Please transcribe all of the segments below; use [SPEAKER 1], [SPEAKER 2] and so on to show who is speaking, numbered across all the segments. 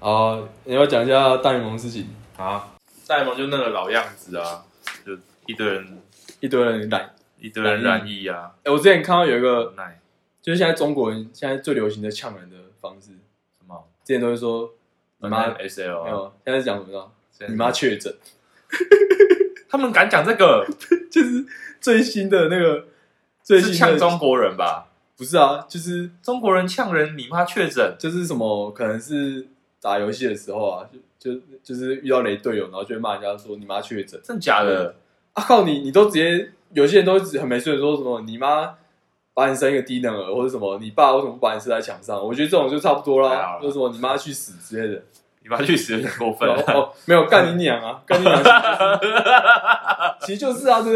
[SPEAKER 1] 好，你要讲一下大联盟事情，
[SPEAKER 2] 啊，大联盟就那个老样子啊，就一堆人
[SPEAKER 1] 一堆人来。
[SPEAKER 2] 一堆人染疫啊，
[SPEAKER 1] 哎、我之前看到有一个
[SPEAKER 2] 无，奈
[SPEAKER 1] 就是现在中国人现在最流行的呛人的方式，
[SPEAKER 2] 什么
[SPEAKER 1] 之前都会说你妈，没
[SPEAKER 2] S L 啊，
[SPEAKER 1] 有，现在是讲什么呢？
[SPEAKER 2] 现在
[SPEAKER 1] 你妈确诊，
[SPEAKER 2] 他们敢讲这个，
[SPEAKER 1] 就是最新的那个 最新
[SPEAKER 2] 是
[SPEAKER 1] 的
[SPEAKER 2] 呛中国人吧？
[SPEAKER 1] 不是啊，就是
[SPEAKER 2] 中国人呛人，你妈确诊，
[SPEAKER 1] 就是什么，可能是打游戏的时候啊，就就就是遇到雷队友，然后就会骂人家说你妈确诊。
[SPEAKER 2] 真假的？
[SPEAKER 1] 啊靠你，你都直接有些人都很没水准，说什么你妈把你生一个低能儿，或者什么你爸为什么不把你射在墙上？我觉得这种就差不多
[SPEAKER 2] 还好
[SPEAKER 1] 啦
[SPEAKER 2] 啦，
[SPEAKER 1] 就什么你妈去死之类的。
[SPEAKER 2] 你妈去死有点过分
[SPEAKER 1] 哦
[SPEAKER 2] 了。
[SPEAKER 1] 哦，没有干你娘啊，干你娘， 其实就是啊，对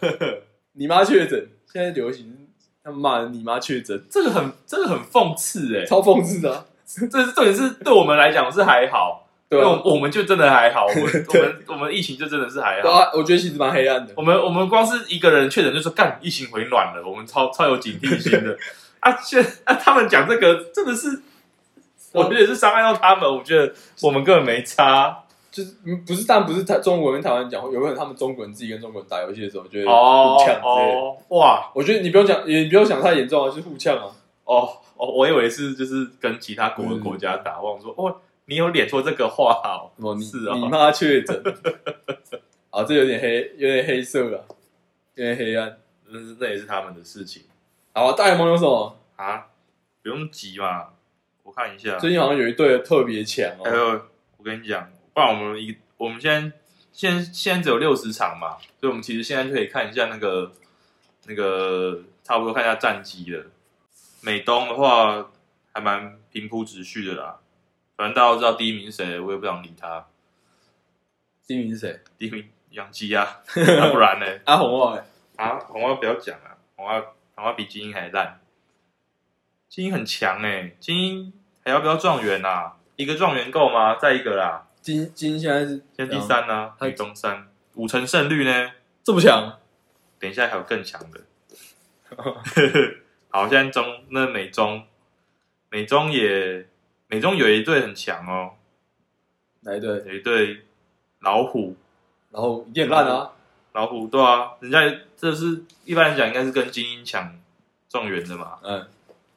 [SPEAKER 1] 不对？你妈确诊，现在流行他们骂人你妈确诊，
[SPEAKER 2] 这个很，这个很讽 刺哎、
[SPEAKER 1] 超讽刺的啊、
[SPEAKER 2] 这是重点是对我们来讲是还好，
[SPEAKER 1] 对
[SPEAKER 2] 因为
[SPEAKER 1] 啊
[SPEAKER 2] 我们我们就真的还好，我们我们我们疫情就真的是还
[SPEAKER 1] 对
[SPEAKER 2] 好。
[SPEAKER 1] 啊，我觉得其实蛮黑暗的。
[SPEAKER 2] 我们我们光是一个人确诊就说干疫情回暖了，我们超超有警惕心的啊！现啊，他们讲这个真的是，我觉得是伤害到他们。我觉得我们根本没差
[SPEAKER 1] 就是嗯不是，但不是台中国人跟台湾讲，有可能他们中国人自己跟中国人打游戏的时候就会
[SPEAKER 2] 哦
[SPEAKER 1] 互呛之类的。
[SPEAKER 2] 哦哇
[SPEAKER 1] 我觉得你不用讲，也不用想太严重啊，就是互呛啊。
[SPEAKER 2] 哦哦，我以为是就是跟其他
[SPEAKER 1] 嗯
[SPEAKER 2] 国的国家打，我想说哦，你有脸说这个话哦？
[SPEAKER 1] 什么你
[SPEAKER 2] 是啊
[SPEAKER 1] 你妈确诊 啊？这有点黑，有点黑色了，有点黑暗。
[SPEAKER 2] 嗯，那也是他们的事情
[SPEAKER 1] 好，大联盟有什么？
[SPEAKER 2] 啊，不用急嘛，我看一下。
[SPEAKER 1] 最近好像有一队特别强
[SPEAKER 2] 还
[SPEAKER 1] 哦，
[SPEAKER 2] 有，我跟你讲，不然我们一我们现在现现在只有六十场嘛，所以我们其实现在就可以看一下那个那个差不多看一下战绩了。美东的话还蛮平铺直叙的啦，反正大家都知道第一名是谁，我也不想理他。
[SPEAKER 1] 第一名是谁？
[SPEAKER 2] 第一名养鸡啊， 那不然呢？
[SPEAKER 1] 阿红袜、欸，
[SPEAKER 2] 啊，红花不要讲啊，红花红花比精英还烂，精英很强哎、精英还要不要状元啊？一个状元够吗？再一个啦。
[SPEAKER 1] 金金现在是
[SPEAKER 2] 现在第，三呢、
[SPEAKER 1] 啊他
[SPEAKER 2] 女中三，五成胜率呢，
[SPEAKER 1] 这么强？
[SPEAKER 2] 等一下还有更强 的。好，现在中那美中，美中也美中有一队很强哦，
[SPEAKER 1] 哪一队？
[SPEAKER 2] 有一队老虎，
[SPEAKER 1] 然后也很烂啊，
[SPEAKER 2] 老虎对啊，人家这是一般来讲应该是跟精英抢状元的嘛，
[SPEAKER 1] 嗯，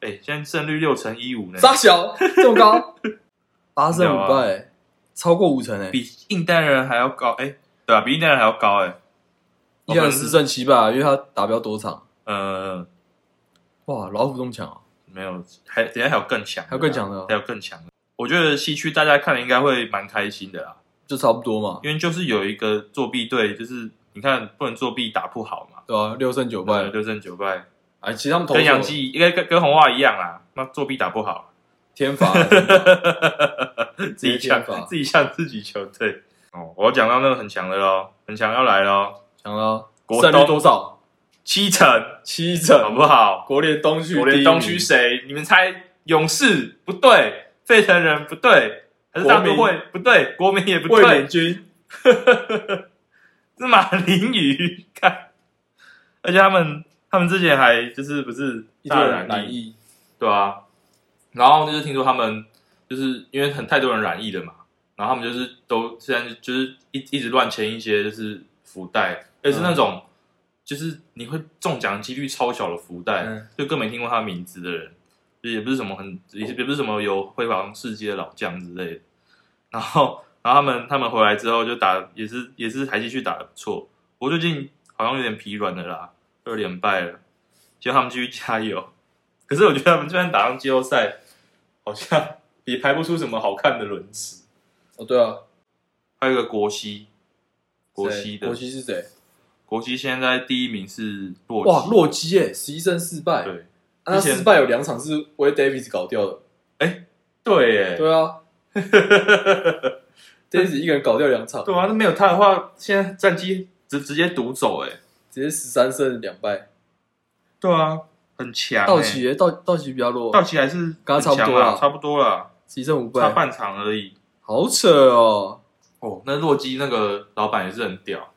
[SPEAKER 2] 哎、现在胜率六成一五呢，
[SPEAKER 1] 沙小这么高， 八胜
[SPEAKER 2] 没
[SPEAKER 1] 五
[SPEAKER 2] 有
[SPEAKER 1] 败
[SPEAKER 2] 啊
[SPEAKER 1] 欸，超过五成诶，欸
[SPEAKER 2] 比印第安人还要高，哎、对啊，比印第安人还要高哎、
[SPEAKER 1] 一
[SPEAKER 2] 哦
[SPEAKER 1] 样四胜七败，啊因为他打不了多场。
[SPEAKER 2] 呃，
[SPEAKER 1] 哇，老虎这么强啊！
[SPEAKER 2] 没有，还等一下还有更强的啦，
[SPEAKER 1] 还有更强的哦
[SPEAKER 2] 还有更强的。我觉得西区大家看了应该会蛮开心的啦，
[SPEAKER 1] 就差不多嘛，
[SPEAKER 2] 因为就是有一个作弊队，就是你看不能作弊打不好嘛，
[SPEAKER 1] 对吧、六胜九败，
[SPEAKER 2] 六胜九败，
[SPEAKER 1] 哎，其实他们投手
[SPEAKER 2] 啊跟杨基跟跟跟红袜一样啦，那作弊打不好，
[SPEAKER 1] 天罚，天罚
[SPEAKER 2] 自己
[SPEAKER 1] 天
[SPEAKER 2] 呛
[SPEAKER 1] 罚
[SPEAKER 2] 自己呛自己球队。哦，我要讲到那个很强的喽，很强要来喽，
[SPEAKER 1] 强了，
[SPEAKER 2] 国
[SPEAKER 1] 胜率
[SPEAKER 2] 东
[SPEAKER 1] 多少？
[SPEAKER 2] 七成
[SPEAKER 1] 七
[SPEAKER 2] 好
[SPEAKER 1] 成。
[SPEAKER 2] 不好？
[SPEAKER 1] 国联东区，
[SPEAKER 2] 我连东区，谁？你们猜勇士不对，费城人不对，还是大都
[SPEAKER 1] 国
[SPEAKER 2] 会不对，国民也不
[SPEAKER 1] 卫
[SPEAKER 2] 对
[SPEAKER 1] 冕，军，
[SPEAKER 2] 是马林鱼，看，而且他们他们之前还就是不是
[SPEAKER 1] 一堆
[SPEAKER 2] 大
[SPEAKER 1] 人
[SPEAKER 2] 染
[SPEAKER 1] 难
[SPEAKER 2] 疫，
[SPEAKER 1] 易，
[SPEAKER 2] 对啊，然后就是听说他们就是因为很太多人染疫了嘛，然后他们就是都现在就是一一直乱签一些就是福袋，而是那种、就是你会中奖几率超小的福袋，
[SPEAKER 1] 嗯
[SPEAKER 2] 就更没听过他名字的人，就也不是什么很也也不是什么有辉煌世界的老将之类的，然后。然后他们他们回来之后就打也是也是还继续打的不错，我最近好像有点疲软了啦，二连败了，希望他们继续加油。可是我觉得他们就算打上季后赛，好像也排不出什么好看的轮次。
[SPEAKER 1] 哦，对啊，
[SPEAKER 2] 还有一个国西，国
[SPEAKER 1] 谁
[SPEAKER 2] 西的
[SPEAKER 1] 国西是谁？
[SPEAKER 2] 国西现在第一名是洛基
[SPEAKER 1] 哇，洛基耶，十一胜四败，
[SPEAKER 2] 对
[SPEAKER 1] 啊那
[SPEAKER 2] 之前
[SPEAKER 1] 四败有两场是 w a Davis 搞掉的，
[SPEAKER 2] 对耶
[SPEAKER 1] 对 啊，Davis 一个人搞掉两场，
[SPEAKER 2] 对啊，那没有他的话，现在战绩直直接独走哎，
[SPEAKER 1] 直接十三胜两败，
[SPEAKER 2] 对啊，很强耶。
[SPEAKER 1] 道奇耶，道道奇比较弱
[SPEAKER 2] 道，奇还是
[SPEAKER 1] 跟他差不多啊啦
[SPEAKER 2] 了，差不多了，
[SPEAKER 1] 十一胜五败，
[SPEAKER 2] 差半场而已。
[SPEAKER 1] 好扯哦，
[SPEAKER 2] 哦，那洛基那个老板也是很屌，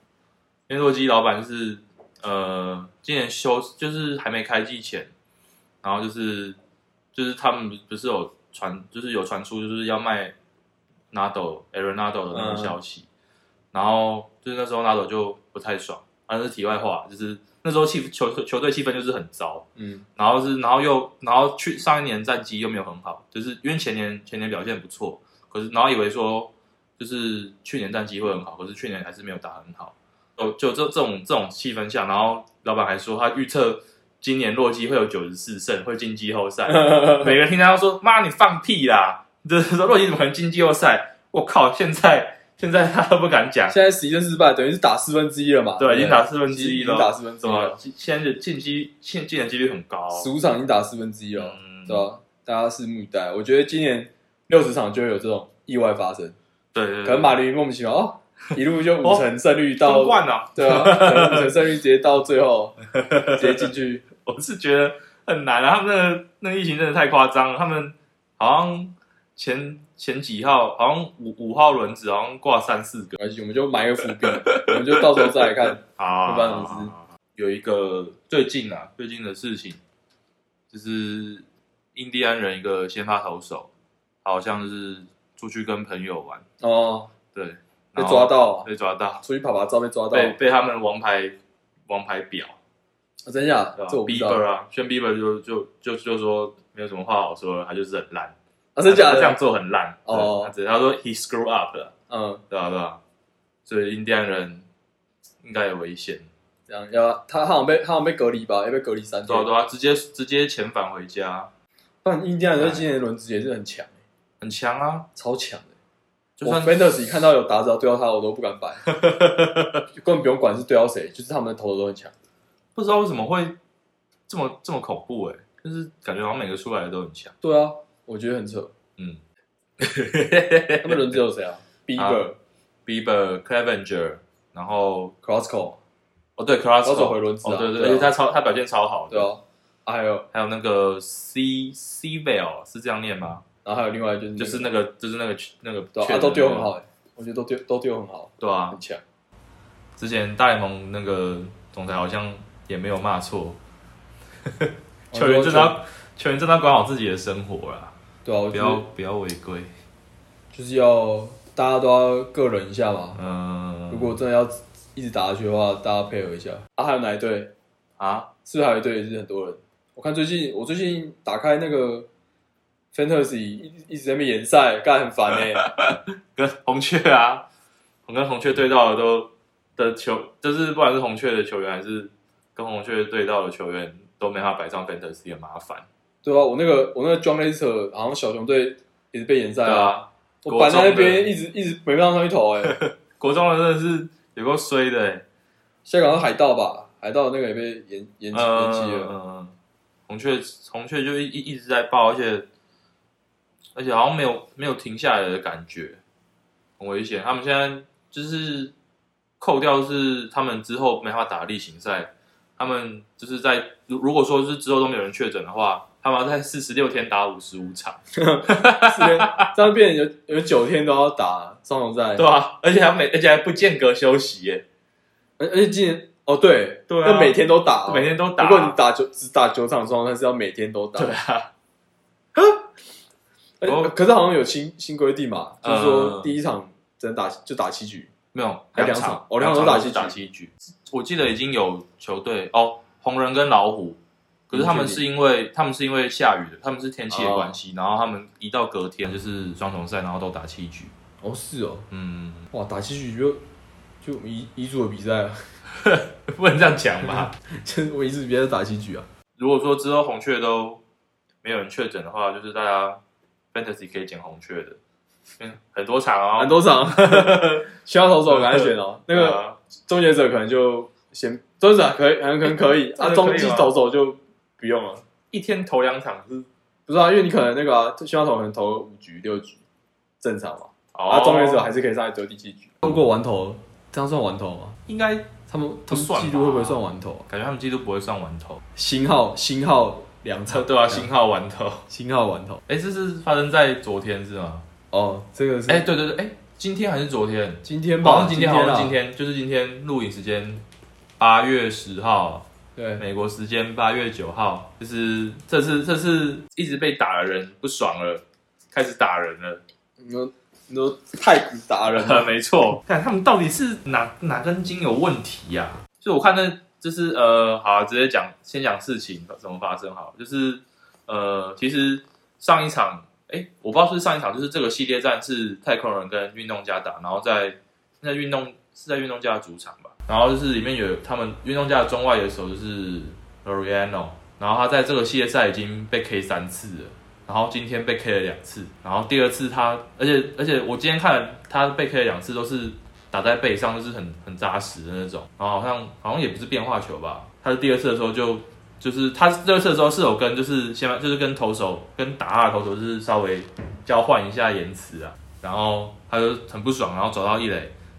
[SPEAKER 2] 因为洛基老板是呃，今年休就是还没开季前，然后就是就是他们不是有传，就是有传出就是要卖 Nado Aaron Nado 的那个消息，然后就是那时候 Nado 就不太爽，啊，这是题外话，就是那时候气球球队气氛就是很糟，
[SPEAKER 1] 嗯
[SPEAKER 2] 然后是，然后又，然后去上一年战绩又没有很好，就是因为前年前年表现不错，可是然后以为说就是去年战绩会很好，可是去年还是没有打很好。就就这这种这种气氛下，然后老板还说他预测今年洛基会有九十四胜，会进季 后赛。每个人听他说妈你放屁啦，就是说洛基怎么可能进季后赛？我靠，现在现在他都不敢 讲，
[SPEAKER 1] 现在十一胜四败，等于是打四分之一了嘛？
[SPEAKER 2] 对，
[SPEAKER 1] 对，
[SPEAKER 2] 已经打四分之
[SPEAKER 1] 已
[SPEAKER 2] 一
[SPEAKER 1] 经打
[SPEAKER 2] 了，
[SPEAKER 1] 四分之
[SPEAKER 2] 怎
[SPEAKER 1] 一
[SPEAKER 2] 么
[SPEAKER 1] 了，
[SPEAKER 2] 现在进击进进的几率很高，
[SPEAKER 1] 十五场已经打四分之一了，
[SPEAKER 2] 嗯
[SPEAKER 1] 对吧？大家拭目以待。我觉得今年六十场就会有这种意外发生，
[SPEAKER 2] 对对对，
[SPEAKER 1] 可能马林莫名其妙哦，一路就五成胜率
[SPEAKER 2] 夺
[SPEAKER 1] 到
[SPEAKER 2] 冠了。
[SPEAKER 1] 对啊，可能五成胜率直接到最后直接进去，
[SPEAKER 2] 我是觉得很难啊，他们那个那个疫情真的太夸张了，他们好像前前几号，好像五五号轮子好像挂三四个，
[SPEAKER 1] 没关系，我们就埋个伏笔，我们就到时候再来看。
[SPEAKER 2] 啊
[SPEAKER 1] 一般人是
[SPEAKER 2] 有一个最近啊，最近的事情就是印第安人一个先发投手，好像是出去跟朋友玩，
[SPEAKER 1] 哦，
[SPEAKER 2] 对，
[SPEAKER 1] 被
[SPEAKER 2] 然后
[SPEAKER 1] 抓到，啊
[SPEAKER 2] 被抓到，
[SPEAKER 1] 出去跑爬照被抓到，
[SPEAKER 2] 啊被被他们王牌王牌表，
[SPEAKER 1] 哦真假？
[SPEAKER 2] 对吧
[SPEAKER 1] 这我不知道
[SPEAKER 2] Bieber 啊，宣 Bieber 就就就就说没有什么话好说了，他就是很烂。
[SPEAKER 1] 啊，真假
[SPEAKER 2] 他这样
[SPEAKER 1] 的？
[SPEAKER 2] 做很烂
[SPEAKER 1] 哦
[SPEAKER 2] 哦。对他只他说 he screw up 了，
[SPEAKER 1] 嗯，
[SPEAKER 2] 对吧、对吧、所以印第安人应该有危险，
[SPEAKER 1] 这样要他好像被他好像被隔离吧，要被隔离三
[SPEAKER 2] 对啊
[SPEAKER 1] 天。
[SPEAKER 2] 对啊，直接直接遣返回家，
[SPEAKER 1] 但印第安人在今年的轮值也是很强，
[SPEAKER 2] 很强啊，
[SPEAKER 1] 超强的。
[SPEAKER 2] 就
[SPEAKER 1] 我
[SPEAKER 2] 算
[SPEAKER 1] fantasy 看到有打者要对到他，我都不敢 摆，根本不用管是对到谁，就是他们的投手都很强。
[SPEAKER 2] 不知道为什么会这么这么恐怖哎、就是感觉好像每个出来的都很强，
[SPEAKER 1] 对啊，我觉得很扯。
[SPEAKER 2] 嗯
[SPEAKER 1] 他们轮值有谁 啊？Bieber、
[SPEAKER 2] ，Bieber、Clevenger，然后
[SPEAKER 1] Crosco，
[SPEAKER 2] 哦对 c r o s s
[SPEAKER 1] 走回轮子啊
[SPEAKER 2] 哦对对，
[SPEAKER 1] 对啊
[SPEAKER 2] 而且他超他表现超好的，
[SPEAKER 1] 对 啊，啊还有，
[SPEAKER 2] 还有那个 C C Bell 是这样念吗？
[SPEAKER 1] 然后还有另外就是
[SPEAKER 2] 就是
[SPEAKER 1] 那
[SPEAKER 2] 那个就是那个那个
[SPEAKER 1] 嗯个对啊
[SPEAKER 2] 确
[SPEAKER 1] 啊，
[SPEAKER 2] 诊
[SPEAKER 1] 都丢
[SPEAKER 2] 的
[SPEAKER 1] 很
[SPEAKER 2] 那个
[SPEAKER 1] 好，欸，我觉得都丢都丢很好，
[SPEAKER 2] 对啊
[SPEAKER 1] 很，强。
[SPEAKER 2] 之前大联盟那个总裁好像也没有骂错，
[SPEAKER 1] 哦
[SPEAKER 2] 球员真的要球员真的要管好自己的生活啦，
[SPEAKER 1] 对啊，我
[SPEAKER 2] 不
[SPEAKER 1] 觉
[SPEAKER 2] 要
[SPEAKER 1] 得
[SPEAKER 2] 不要违规。
[SPEAKER 1] 就是要大家都要个人一下嘛。
[SPEAKER 2] 嗯，
[SPEAKER 1] 如果真的要一直打下去的话，大家配合一下。啊，还有哪一队？
[SPEAKER 2] 啊，
[SPEAKER 1] 是不是还有一队也是很多人？我看最近我最近打开那个 Fantasy 一一直在那边演赛，干很烦 哎、
[SPEAKER 2] 跟红雀啊，我跟红雀对到的都的球，就是不管是红雀的球员还是跟红雀对到的球员，都没法摆上 fantasy 很麻烦。
[SPEAKER 1] 对啊，我那个我那个 John Lester 好像小熊队也是被延赛
[SPEAKER 2] 对
[SPEAKER 1] 啊，
[SPEAKER 2] 啊，
[SPEAKER 1] 我板在那
[SPEAKER 2] 国中
[SPEAKER 1] 边
[SPEAKER 2] 的
[SPEAKER 1] 一直一直没让上去投哎、
[SPEAKER 2] 国中的真的是有够衰的、欸，
[SPEAKER 1] 香港是海盗吧，海盗那个也被延延延期
[SPEAKER 2] 嗯
[SPEAKER 1] 了，
[SPEAKER 2] 嗯，红雀红雀就一一一直在爆，而且而且好像没有没有停下来的感觉，很危险。他们现在就是扣掉是他们之后没法打例行赛，他们就是在如如果说是之后都没有人确诊的话，他们要在四十六天打五十五场，
[SPEAKER 1] 四天这样变成有有九天都要打双红赛，
[SPEAKER 2] 对啊吧、而且还每而且还不间隔休息耶，
[SPEAKER 1] 而而且今年哦对，
[SPEAKER 2] 对啊
[SPEAKER 1] 要每天都打、哦，
[SPEAKER 2] 每天都打。啊
[SPEAKER 1] 如果你打九只打九场双红赛是要每天都打，
[SPEAKER 2] 对啊，
[SPEAKER 1] 而且
[SPEAKER 2] 哦
[SPEAKER 1] 哎可是好像有新新规定嘛，就是说
[SPEAKER 2] 嗯
[SPEAKER 1] 第一场只能打就打七局，
[SPEAKER 2] 没有
[SPEAKER 1] 还两
[SPEAKER 2] 场，
[SPEAKER 1] 场哦两场都打七局
[SPEAKER 2] 打七局。我记得已经有球队哦，红人跟老虎，可是他们是因为他们是因为下雨的，他们是天气的关系，然后他们移到隔天哦就是双重赛，然后都打七局。
[SPEAKER 1] 哦是哦，
[SPEAKER 2] 嗯，
[SPEAKER 1] 哇打七局就就遗遗嘱的比赛啊，
[SPEAKER 2] 不能这样讲 吧？
[SPEAKER 1] 就是我遗嘱比赛打七局啊，
[SPEAKER 2] 如果说之后红雀都没有人确诊的话，就是大家 fantasy 可以捡红雀的，嗯，很多场哦，
[SPEAKER 1] 很多场，需要投手赶快选哦，那个
[SPEAKER 2] 呃
[SPEAKER 1] 终结者可能就先终结者可以很可能可以，
[SPEAKER 2] 这样
[SPEAKER 1] 啊
[SPEAKER 2] 就可以
[SPEAKER 1] 中
[SPEAKER 2] 了
[SPEAKER 1] 继投手就不用了，
[SPEAKER 2] 一天投两场是
[SPEAKER 1] 不是啊，因为你可能那个啊需要投可能投五局六局正常嘛，
[SPEAKER 2] 哦
[SPEAKER 1] 啊终结者还是可以上来得第七局，如果完投这样算完投吗？
[SPEAKER 2] 应该
[SPEAKER 1] 他们他
[SPEAKER 2] 不
[SPEAKER 1] 们
[SPEAKER 2] 算吧
[SPEAKER 1] 记录会不会算完投啊？
[SPEAKER 2] 感觉他们季都不会算完投，
[SPEAKER 1] 星号星号两场
[SPEAKER 2] 对啊，星号完投。
[SPEAKER 1] 星号完投
[SPEAKER 2] 哎，这是发生在昨天是吗？
[SPEAKER 1] 哦，这个是
[SPEAKER 2] 哎，对对对，哎，今天还是昨天？
[SPEAKER 1] 今天
[SPEAKER 2] 好
[SPEAKER 1] 吧，
[SPEAKER 2] 像今天，
[SPEAKER 1] 啊
[SPEAKER 2] 好像今天，就是今天录影时间八月十号，
[SPEAKER 1] 对，
[SPEAKER 2] 美国时间八月九号，就是这次这次一直被打的人不爽了，开始打人了，
[SPEAKER 1] 嗯你说太古达 人，
[SPEAKER 2] 呃，没错，看他们到底是哪哪根筋有问题呀、就我看那，就是呃，好、直接讲，先讲事情怎么发生好了，就是呃，其实上一场，哎、我不知道是不是上一场，就是这个系列战是太空人跟运动家打，然后在那运动是在运动家的主场吧，然后就是里面有他们运动家的中外野手就是 Loriano，然后他在这个系列赛已经被 K 三次了。然后今天被 K 了两次，然后第二次他，而且而且我今天看了他被 K 了两次都是打在背上，就是很很扎实的那种，然后好像好像也不是变化球吧，他是第二次的时候就就是他第二次的时候是有跟就是先就是跟投手跟打他的投手就是稍微交换一下言辞啊，然后他就很不爽，然后走到一垒，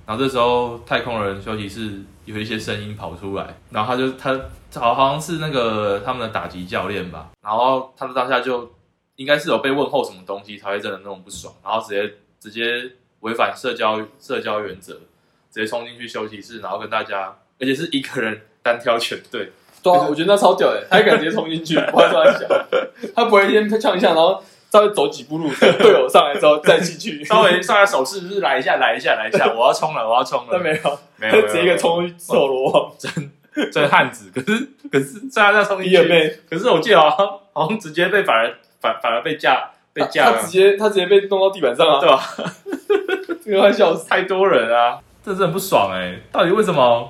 [SPEAKER 2] 然后这时候太空人休息室有一些声音跑出来，然后他就他好好像是那个他们的打击教练吧，然后他当下就应该是有被问候什么东西才会真的那种不爽，然后直接直接违反社交社交原则，直接冲进去休息室，然后跟大家，而且是一个人单挑全队，
[SPEAKER 1] 对啊，我觉得那超屌的，他还敢直接冲 进去，我还说他小，他不会先呛一下，然后稍微走几步路，等队友上来之后再进去，
[SPEAKER 2] 稍微上下手势就是来一下来一下来一下，我要冲了我要冲了，
[SPEAKER 1] 但没有，
[SPEAKER 2] 没有没有
[SPEAKER 1] 直接一个冲去揍罗网，
[SPEAKER 2] 这汉子，可是可是虽然在冲进
[SPEAKER 1] 一二
[SPEAKER 2] 去，
[SPEAKER 1] 妹，
[SPEAKER 2] 可是我记得好像好像直接被反而反反而被架被架
[SPEAKER 1] 他
[SPEAKER 2] 了
[SPEAKER 1] 直，接他直接被弄到地板上啊，
[SPEAKER 2] 对吧、
[SPEAKER 1] 这个快笑死，
[SPEAKER 2] 太多人啊，这真的很不爽哎、到底为什么？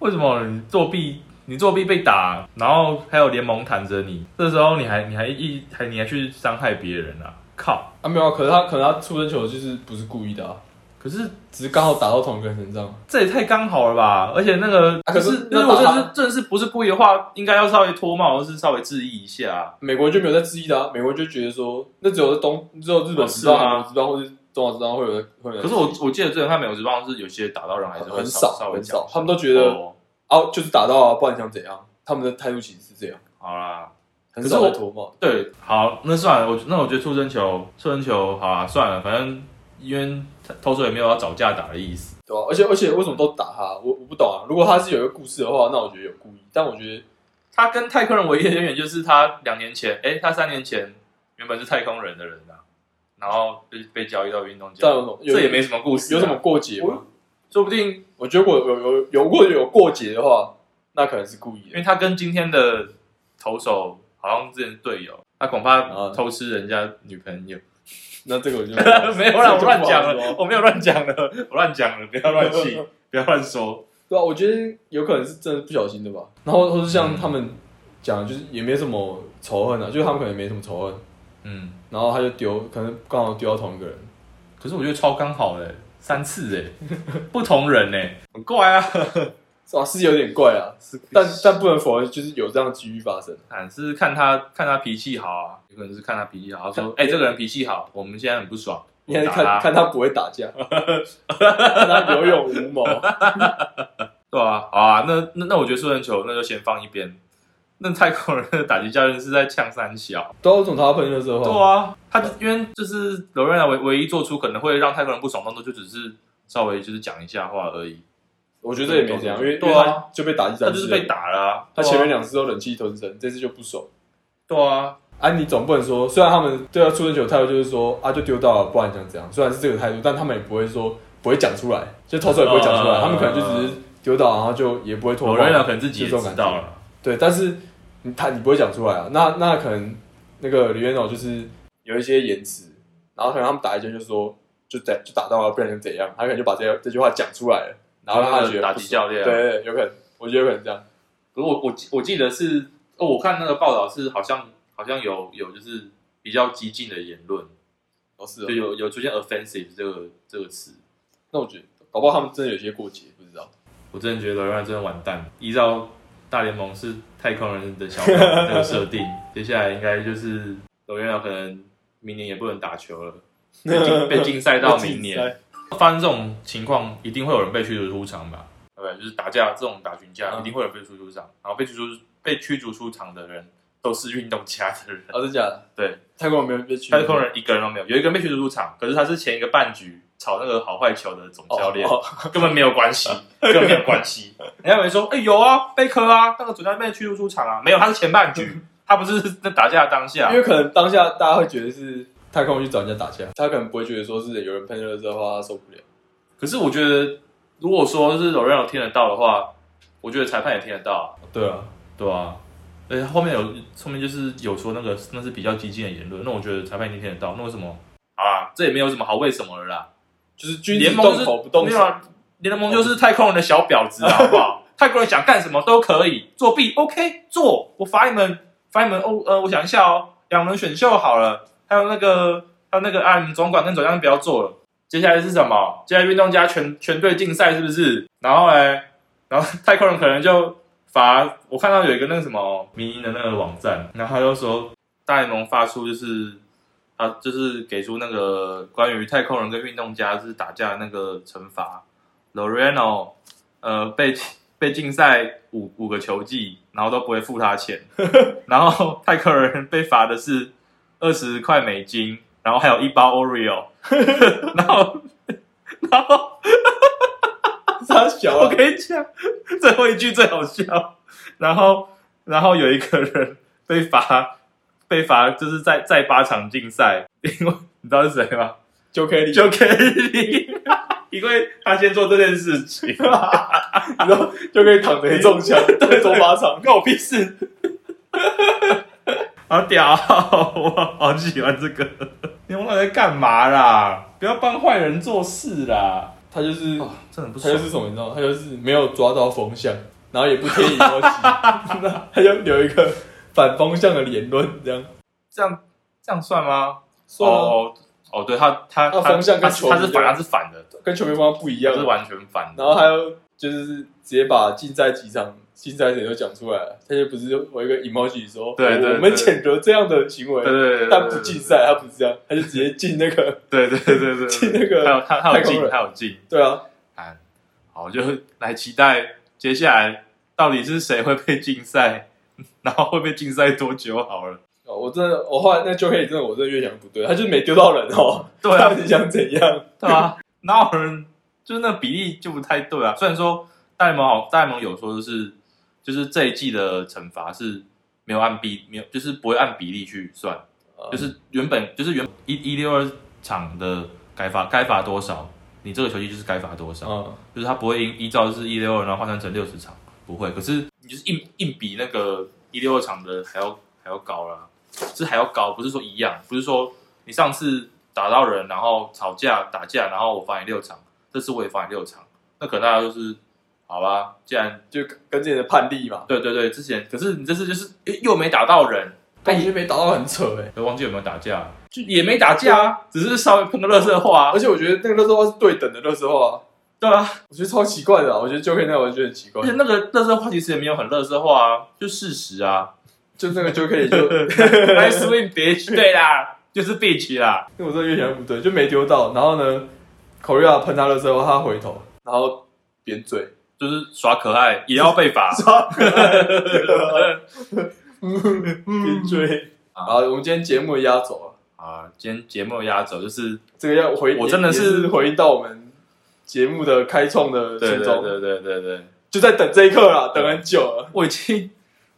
[SPEAKER 2] 为什么你作弊？你作弊被打，然后还有联盟弹着你，这时候你还你还一还你还去伤害别人啊！靠！
[SPEAKER 1] 啊没有啊，可是他可能他出生球就是不是故意的啊，
[SPEAKER 2] 可是
[SPEAKER 1] 只是刚好打到同一个人身上，
[SPEAKER 2] 这也太刚好了吧？而且那个，
[SPEAKER 1] 啊可是
[SPEAKER 2] 如
[SPEAKER 1] 那
[SPEAKER 2] 果这
[SPEAKER 1] 打
[SPEAKER 2] 是
[SPEAKER 1] 他
[SPEAKER 2] 真的是不是故意的话，应该要稍微脱帽，或是稍微质疑一下啊、
[SPEAKER 1] 美国人就没有在质疑的啊，美国人就觉得说，那只有东只有日
[SPEAKER 2] 哦
[SPEAKER 1] 本
[SPEAKER 2] 是
[SPEAKER 1] 知道，
[SPEAKER 2] 吗
[SPEAKER 1] 韩国知道，或是中华知道会有人会有人
[SPEAKER 2] 可
[SPEAKER 1] 质疑，
[SPEAKER 2] 是我我记得之前看美国职棒是有些打到人还是会
[SPEAKER 1] 很
[SPEAKER 2] 稍
[SPEAKER 1] 少
[SPEAKER 2] 稍微
[SPEAKER 1] 很
[SPEAKER 2] 讲
[SPEAKER 1] 少
[SPEAKER 2] 一，下，
[SPEAKER 1] 他们都觉得
[SPEAKER 2] 哦
[SPEAKER 1] 啊就是打到啊，不然你想怎样？他们的态度其实是这样。
[SPEAKER 2] 好啦，
[SPEAKER 1] 很
[SPEAKER 2] 可是
[SPEAKER 1] 少
[SPEAKER 2] 我
[SPEAKER 1] 在脱帽。
[SPEAKER 2] 对，好，那算了，我那我觉得出生球，出生球，好啊，算了，反正因为投手也没有要找架打的意思。
[SPEAKER 1] 对吧、而且而且为什么都打他？我我不懂啊。如果他是有一个故事的话，那我觉得有故意。但我觉得
[SPEAKER 2] 他跟太空人唯一的渊源就是他两年前，哎、他三年前原本是太空人的人啊，然后被被交易到运动家
[SPEAKER 1] 但，有有
[SPEAKER 2] 这也没什么故事、啊
[SPEAKER 1] 有什么，过节吗？
[SPEAKER 2] 说不定
[SPEAKER 1] 我觉得我有有有如果有过节的话，那可能是故意
[SPEAKER 2] 因
[SPEAKER 1] 的。
[SPEAKER 2] 为他跟今天的投手好像之前是队友，他恐怕偷吃人家女朋友。
[SPEAKER 1] 那这个我就
[SPEAKER 2] 没有啦，我乱讲
[SPEAKER 1] 这个就不好
[SPEAKER 2] 了，
[SPEAKER 1] 说
[SPEAKER 2] 我没有乱讲了，我乱讲了，不要乱 气，不要乱说。
[SPEAKER 1] 对啊，我觉得有可能是真的不小心的吧。然后或是
[SPEAKER 2] 嗯
[SPEAKER 1] 像他们讲的，就是也没什么仇恨啊，就是他们可能没什么仇恨，
[SPEAKER 2] 嗯。
[SPEAKER 1] 然后他就丢，可能刚好丢到同一个人。
[SPEAKER 2] 可是我觉得超刚好的，三次哎， 不同人哎，很怪啊。
[SPEAKER 1] 是吧？是有点怪啊，但但不能否认，就是有这样的机遇发生。
[SPEAKER 2] 但啊是看他看他脾气好啊，有可能是看他脾气好，他说哎、这个人脾气好，我们现在很不爽，
[SPEAKER 1] 你还
[SPEAKER 2] 打
[SPEAKER 1] 看
[SPEAKER 2] 他，
[SPEAKER 1] 看他不会打 架，看他有勇无谋。
[SPEAKER 2] 对啊，好啊，那那那我觉得速人球那就先放一边。那太空人的打击教练是在呛三小，
[SPEAKER 1] 都啊总他喷热色话。
[SPEAKER 2] 对啊，他就因为就是罗瑞娜唯唯一做出可能会让太空人不爽的动作，就只是稍微就是讲一下话而已，
[SPEAKER 1] 我觉得也没这样，因为
[SPEAKER 2] 对啊
[SPEAKER 1] 因为他就被打一
[SPEAKER 2] 他
[SPEAKER 1] 三，
[SPEAKER 2] 就是被，打了、啊，
[SPEAKER 1] 他前面两次都忍气吞声，这次就不爽。
[SPEAKER 2] 对啊，
[SPEAKER 1] 啊，你总不能说，虽然他们对他出生球态度就是说啊，就丢到了，不然你想怎样？虽然是这个态度，但他们也不会说不会讲出来，就投手也不会讲出
[SPEAKER 2] 嗯
[SPEAKER 1] 来，他们可能就只是丢到，然后就也不会脱
[SPEAKER 2] 罗瑞娜
[SPEAKER 1] 帽。
[SPEAKER 2] 可能自己也
[SPEAKER 1] 就这种感
[SPEAKER 2] 知
[SPEAKER 1] 觉
[SPEAKER 2] 道了，
[SPEAKER 1] 对，但是你他你不会讲出来啊，那那可能那个李元龙就是有一些延迟，然后可能他们打一针就说就打就打到了，不然能怎样？他可能就把这这句话讲出来了，然后让他觉得
[SPEAKER 2] 打
[SPEAKER 1] 不
[SPEAKER 2] 击
[SPEAKER 1] 爽
[SPEAKER 2] 教练啊
[SPEAKER 1] 对对，对有可能，我觉得有可能这样。
[SPEAKER 2] 可是我我记我记得是，哦，我看那个报道是好像好像有有就是比较激进的言论，
[SPEAKER 1] 哦，是
[SPEAKER 2] 就有有出现 offensive 这个这个词，
[SPEAKER 1] 那我觉得，搞不好他们真的有些过节，不知道。
[SPEAKER 2] 我真的觉得哦 l o 真的完蛋了。依照大联盟是太空人的小岛这个设 定，接下来应该就是 l o 可能明年也不能打 球了，被禁被禁
[SPEAKER 1] 哎
[SPEAKER 2] 赛到明
[SPEAKER 1] 被禁
[SPEAKER 2] 年
[SPEAKER 1] 赛。
[SPEAKER 2] 发生这种情况，一定会有人被驱逐出场吧？对，就是打架这种打群架，
[SPEAKER 1] 嗯
[SPEAKER 2] 一定会有人被驱逐出场，然后被驱逐被驱逐出场的人都是运动家的人。
[SPEAKER 1] 哦，真假的？
[SPEAKER 2] 对，
[SPEAKER 1] 太空人没有被去，
[SPEAKER 2] 太空人一个人都没有，有一个人被驱逐出场，可是他是前一个半局炒那个好坏球的总
[SPEAKER 1] 哦
[SPEAKER 2] 教练，
[SPEAKER 1] 哦
[SPEAKER 2] 根本没有关 系，根本没有关系。人家有人说，哎、有啊，贝克啊，那个总教练被驱逐
[SPEAKER 1] 嗯
[SPEAKER 2] 出场啊，没有，他是前半局，他不是那打架的当下
[SPEAKER 1] 因，为可能当下大家会觉得是太空去找人家打架，他可能不会觉得说是有人喷热热的话他受不了。
[SPEAKER 2] 可是我觉得，如果说是 l o r e 听得到的话，我觉得裁判也听得到、啊，
[SPEAKER 1] 对啊，
[SPEAKER 2] 对啊。而且后面有后面就是有说那个那是比较激进的言论，那我觉得裁判一定听得到。那为什么？好啦，这也没有什么好为什么了啦。
[SPEAKER 1] 就是君
[SPEAKER 2] 联
[SPEAKER 1] 子
[SPEAKER 2] 盟就是
[SPEAKER 1] 动口不动
[SPEAKER 2] 没
[SPEAKER 1] 手哦
[SPEAKER 2] 有，啊，联盟就是太空人的小婊子啊，好不好？泰国人想干什么都可以，作弊 OK 做，我罚你们罚你们哦呃，我想一下哦，两轮选秀好了，还有那个还有那个啊，你们总管跟总教练不要做了。接下来是什么？接下来运动家全全队竞赛是不是？然后嘞，然后太空人可能就罚我看到有一个那个什么民营的那个网站，然后他就说大联盟发出就是他啊就是给出那个关于太空人跟运动家就是打架的那个惩罚，Loreno 呃被被禁赛五五个球季，然后都不会付他钱，然后太空人被罚的是二十块美金，然后还有一包 Oreo，然后然后
[SPEAKER 1] 他小
[SPEAKER 2] 我
[SPEAKER 1] 啊，
[SPEAKER 2] 跟你讲，最后一句最好笑。然后，然后有一个人被罚，被罚就是在在八场竞赛，因为你知道是谁吗？
[SPEAKER 1] 就可以，
[SPEAKER 2] 就 Kelly，因为他先做这件事情，
[SPEAKER 1] 然后 就可以躺着中枪， 对，中巴掌。
[SPEAKER 2] 关我屁事。好屌、我好喜欢这个。你们到底在干嘛啦？不要帮坏人做事啦！
[SPEAKER 1] 他就是
[SPEAKER 2] 哇，真的不
[SPEAKER 1] 他
[SPEAKER 2] 爽
[SPEAKER 1] 就。是什么，你知道吗？他就是没有抓到风向，然后也不贴引 号旗，他就留一个反风向的言论，这样
[SPEAKER 2] 这样这样算吗？
[SPEAKER 1] 算啊
[SPEAKER 2] 哦哦，对他他
[SPEAKER 1] 他风向跟
[SPEAKER 2] 他
[SPEAKER 1] 球
[SPEAKER 2] 他是
[SPEAKER 1] 一样
[SPEAKER 2] 反，他是反的，
[SPEAKER 1] 跟球迷方向不一
[SPEAKER 2] 他
[SPEAKER 1] 样啊
[SPEAKER 2] 是。完全反的。
[SPEAKER 1] 然后还有就是直接把竞赛几场竞赛谁都讲出来了，他就不是有一个 emoji 说，
[SPEAKER 2] 对对对
[SPEAKER 1] 我们谴责这样的行为，
[SPEAKER 2] 对对对，
[SPEAKER 1] 但不竞赛，他不是这样，他就直接进那个，
[SPEAKER 2] 对对对对对，
[SPEAKER 1] 进那个
[SPEAKER 2] 还有他他有
[SPEAKER 1] 太空
[SPEAKER 2] 进
[SPEAKER 1] 人
[SPEAKER 2] 他有进
[SPEAKER 1] 对啊，
[SPEAKER 2] 啊，好，就来期待接下来到底是谁会被禁赛，然后会被禁赛多久好了。
[SPEAKER 1] 哦我真的，我后来那 j o k 真的，我真的越想不对，他就是没丢到人哦，
[SPEAKER 2] 对
[SPEAKER 1] 他
[SPEAKER 2] 啊，
[SPEAKER 1] 你想怎 样？
[SPEAKER 2] 对啊，哪有人就是那比例就不太对啊。虽然说大联盟好，大联盟有说就是就是这一季的惩罚是没有按比没有就是不会按比例去算，
[SPEAKER 1] 啊
[SPEAKER 2] 就是原本就是原一一六二场的该罚该罚多少，你这个球季就是该罚多少，
[SPEAKER 1] 嗯，
[SPEAKER 2] 就是他不会依依照是一六二然后换算成六十场，不会。可是你就是硬硬比那个一六二场的还要还要高啦，是还要高，不是说一样，不是说你上次打到人然后吵架打架，然后我罚你六场，这次我也罚你六场，那可能大家就是好吧，既然
[SPEAKER 1] 就跟自己的判例嘛，
[SPEAKER 2] 对对对，之前可是你这次就是又又没打到人，
[SPEAKER 1] 但你就没打到很扯哎、
[SPEAKER 2] 我忘记有没有打架，就也没打架啊，只是稍微喷个热色话、啊
[SPEAKER 1] 而，且我觉得那个乐色话是对等的乐色话，
[SPEAKER 2] 对啊。
[SPEAKER 1] 我觉得超奇怪的、啊，我觉得 j o k 那个我就觉得很奇怪
[SPEAKER 2] 而且，那个乐色话其实也没有很乐色话啊，就事实啊。
[SPEAKER 1] 就那个 j o k 就，
[SPEAKER 2] 来 swing bitch，对啦，就是 bitch 啦，
[SPEAKER 1] 因为我真的越想越不对，就没丢到，然后呢，Korea 喷他乐色话，他回头，然后扁 嘴，
[SPEAKER 2] 就是耍可爱也要被 罚。
[SPEAKER 1] 扁嘴，
[SPEAKER 2] 嗯啊
[SPEAKER 1] 好，我们今天节目的压轴啊，
[SPEAKER 2] 啊，今天节目的压轴就是
[SPEAKER 1] 这个要回，
[SPEAKER 2] 我真的
[SPEAKER 1] 也
[SPEAKER 2] 是
[SPEAKER 1] 也回应到我们节目的开创的
[SPEAKER 2] 对
[SPEAKER 1] 初
[SPEAKER 2] 对
[SPEAKER 1] 衷，
[SPEAKER 2] 对对对对，
[SPEAKER 1] 就在等这一刻啦，等很久了。
[SPEAKER 2] 我已经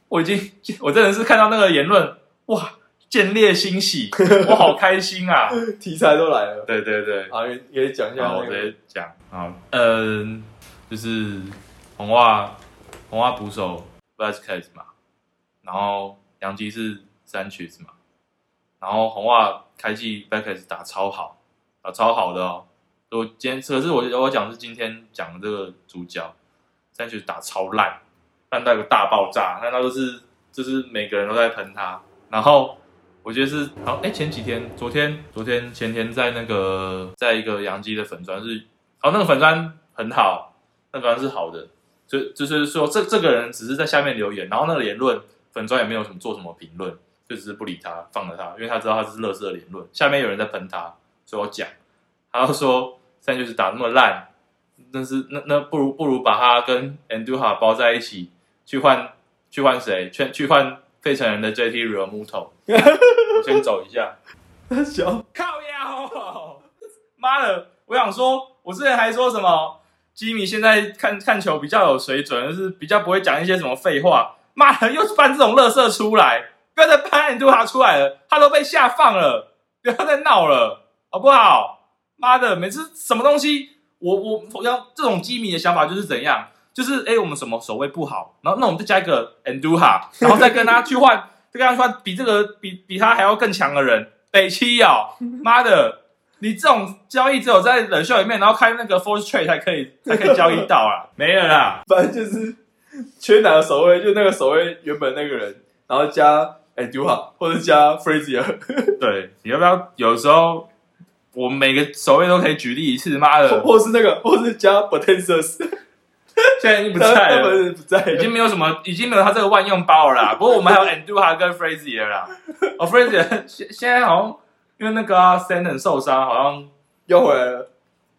[SPEAKER 2] 我已经我真的是看到那个言论，哇，见猎欣喜，我好开心啊！
[SPEAKER 1] 题材都来了，
[SPEAKER 2] 对对对，
[SPEAKER 1] 啊，也也讲一下
[SPEAKER 2] 然后
[SPEAKER 1] 那
[SPEAKER 2] 我
[SPEAKER 1] 个
[SPEAKER 2] 直接讲啊，嗯，就是红袜红袜捕手 Vasquez 嘛，然后杨基是 Sanchez 嘛，然后红袜开季 Vasquez 打超好，打超好的哦。我今天可是我我讲的是今天讲的这个主角 Sanchez 打超烂，烂到一个大爆炸，烂到就是就是每个人都在喷他，然后我觉得是好哎、前几天，昨天、昨天、前天在那个在一个杨基的粉砖是，哦，那个粉砖很好，那个粉砖是好的，就就是说这这个人只是在下面留言，然后那个言论粉砖也没有什么做什么评论，就只是不理他，放了他，因为他知道他是乐色言论，下面有人在喷他，所以我讲，他就说现在就是打那么烂，那是那那不如不如把他跟 Anduha 包在一起去换去换谁，去去换费城人的 JT Realmuto。我先走一下。
[SPEAKER 1] 他 小
[SPEAKER 2] 靠腰，妈的！我想说，我之前还说什么吉米现在看看球比较有水准，就是比较不会讲一些什么废话。妈的，又搬这种乐色出来，不要再搬安杜哈出来了，他都被下放了。不要再闹了，好不好？妈的，每次什么东西，我我我要这种机迷的想法就是怎样？就是哎、诶我们什么守卫不好，然后那我们再加一个 Anduha，然后再跟他去换，再跟他去换比这个比比他还要更强的人，北七哦，妈的，你这种交易只有在冷秀里面，然后开那个 Force Trade 才可以才可以交易到啊，没了啦，
[SPEAKER 1] 反正就是缺哪个守卫，就那个守卫原本那个人，然后加 a n d u h a 或者加 Frazier，
[SPEAKER 2] 对，你要不要有时候我们每个守卫都可以举例一次？妈 的，
[SPEAKER 1] 或是那个，或是加 Potensus，
[SPEAKER 2] 现在已经不在
[SPEAKER 1] 他
[SPEAKER 2] 了。
[SPEAKER 1] 们不在
[SPEAKER 2] 已
[SPEAKER 1] 了
[SPEAKER 2] 经。没有什么，已经没有他这个万用包了啦。不过我们还有 Anduha 跟 Frazier 啦。哦，Frazier 现现在好像因为那个、啊、Sandon 受伤，好像
[SPEAKER 1] 又回来了，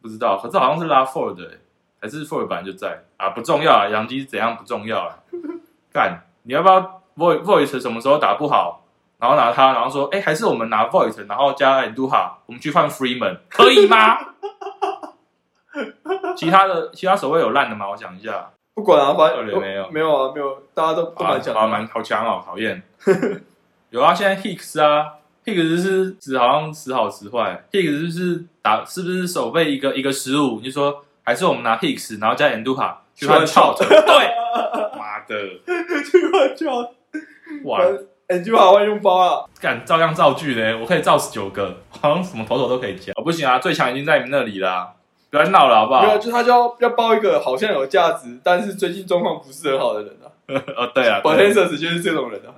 [SPEAKER 1] 不
[SPEAKER 2] 不知道，可是好像是拉 Ford 的欸、还是 Ford 本来就在啊？不重要啊，杨基怎样不重要啊？ 干，你要不要 Voice Voice 什么时候打不好，然后拿他，然后说，哎、还是我们拿 Voice，然后加 Anduha，我们去换 Freeman，可以吗？ 其他的其他守卫有烂的吗？我想一下。
[SPEAKER 1] 不管啊，反
[SPEAKER 2] 二
[SPEAKER 1] 正
[SPEAKER 2] 垒哦没有
[SPEAKER 1] 没有啊，没有，大家都都
[SPEAKER 2] 啊
[SPEAKER 1] 蛮强
[SPEAKER 2] 啊，
[SPEAKER 1] 的。
[SPEAKER 2] 蛮好强哦，讨厌。 有啊，现在 Hicks 啊，Hicks 是只好像时好时坏，Hicks 就是打是不是手背一个一个失误，你就说还是我们拿 Hicks，然后加 Enduha 去
[SPEAKER 1] 去换
[SPEAKER 2] 换 Trout，对，妈的，
[SPEAKER 1] 去换就
[SPEAKER 2] 哇，
[SPEAKER 1] a n d u h a 万用包啊，
[SPEAKER 2] 敢照样造句嘞，我可以造十九个，好像什么投手都可以加，哦、不行啊，最强已经在你们那里啦、不要闹了好不哦
[SPEAKER 1] 没有，
[SPEAKER 2] 好？
[SPEAKER 1] 就他就要要包一个好像有价值，但是最近状况不是很好的人啊。
[SPEAKER 2] 哦，对啊，对啊
[SPEAKER 1] Potensus 就是这种人啊，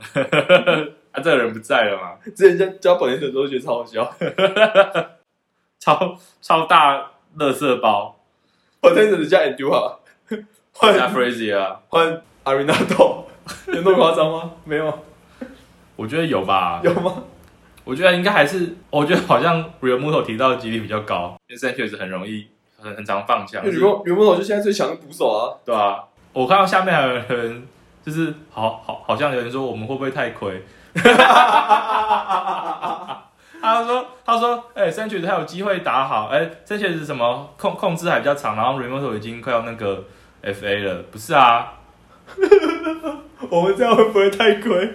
[SPEAKER 2] 啊，这个人不在了嘛。
[SPEAKER 1] 之前叫叫 Potensus 都觉得超好笑
[SPEAKER 2] 超超大垃圾包，
[SPEAKER 1] ，Potensus 加 a n d u h a
[SPEAKER 2] 加
[SPEAKER 1] 换
[SPEAKER 2] Frazier 啊。
[SPEAKER 1] 换 a r e n a d o 有那么夸张吗？没有，
[SPEAKER 2] 我觉得有吧，
[SPEAKER 1] 有吗？
[SPEAKER 2] 我觉得应该还是，我觉得好像 Real Muto 提到的几率比较高，因为 s a n c h e 很容易很很常放枪
[SPEAKER 1] 因为，原本原本我就现在最强的捕手啊，
[SPEAKER 2] 对啊。我看到下面还有人，就是好好好像有人说我们会不会太 亏？他说他说，哎、s a n c h e 还有机会打好，哎、s a n c h e 什么控控制还比较长，然后 Real Muto 已经快要那个 FA 了，不是啊？
[SPEAKER 1] 我们这样会不会太亏？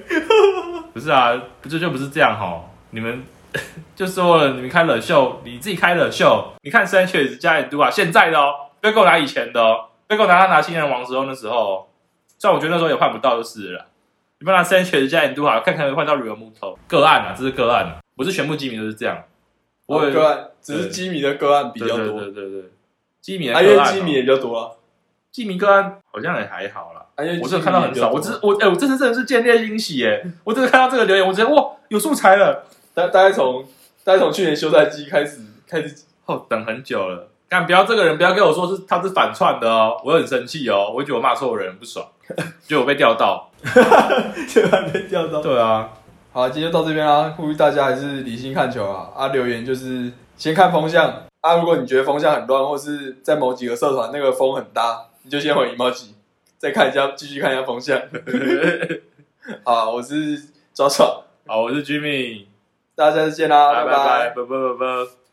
[SPEAKER 2] 不是啊，不就就不是这样吼，你们 就说了，你们开冷秀，你自己开冷秀，你看 Sanchez 加 n d 啊，现在的哦，不要给我拿以前的哦，不要给我拿他拿新人王时候那时候哦，虽然我觉得那时候也换不到就是了啦，你不要拿 Sanchez 加 n d 啊，看看能不能换到 Real Muto 个案啊，这是个案啊，不是全部基民都是这样，我也
[SPEAKER 1] 哦个案只是
[SPEAKER 2] 对
[SPEAKER 1] 基米的个案比
[SPEAKER 2] 比
[SPEAKER 1] 较
[SPEAKER 2] 对
[SPEAKER 1] 多，
[SPEAKER 2] 对对对，对基民
[SPEAKER 1] 啊，
[SPEAKER 2] 的
[SPEAKER 1] 因
[SPEAKER 2] 个
[SPEAKER 1] 为
[SPEAKER 2] 案、哦
[SPEAKER 1] 基米也，比较多啊，
[SPEAKER 2] 基民个案好像也还好啦。
[SPEAKER 1] 啊因为
[SPEAKER 2] 我
[SPEAKER 1] 基
[SPEAKER 2] 真
[SPEAKER 1] 米
[SPEAKER 2] 的看到
[SPEAKER 1] 也
[SPEAKER 2] 很
[SPEAKER 1] 比较
[SPEAKER 2] 少，
[SPEAKER 1] 多
[SPEAKER 2] 我真我哎、我真的真的是见猎欣喜耶！我真的看到这个留言，我觉得哇，有素材了。
[SPEAKER 1] 大大概从大概从去年休赛季开始 开始，
[SPEAKER 2] 哦，等很久了。但不要这个人，不要跟我说是他是反串的哦，我很生气哦，我会觉得我骂错人，不爽， 觉得我被钓到。
[SPEAKER 1] 现在被钓到。
[SPEAKER 2] 对啊，
[SPEAKER 1] 好，今天就到这边啦，呼吁大家还是理性看球啊！啊，留言就是先看风向啊，如果你觉得风向很乱，或是在某几个社团那个风很大，你就先回 emoji，再看一下，继续看一下风向。 好，我是抓抓，
[SPEAKER 2] 好，我是 Jimmy，
[SPEAKER 1] 大家再见啦，
[SPEAKER 2] 拜
[SPEAKER 1] 拜拜
[SPEAKER 2] 拜拜拜拜拜。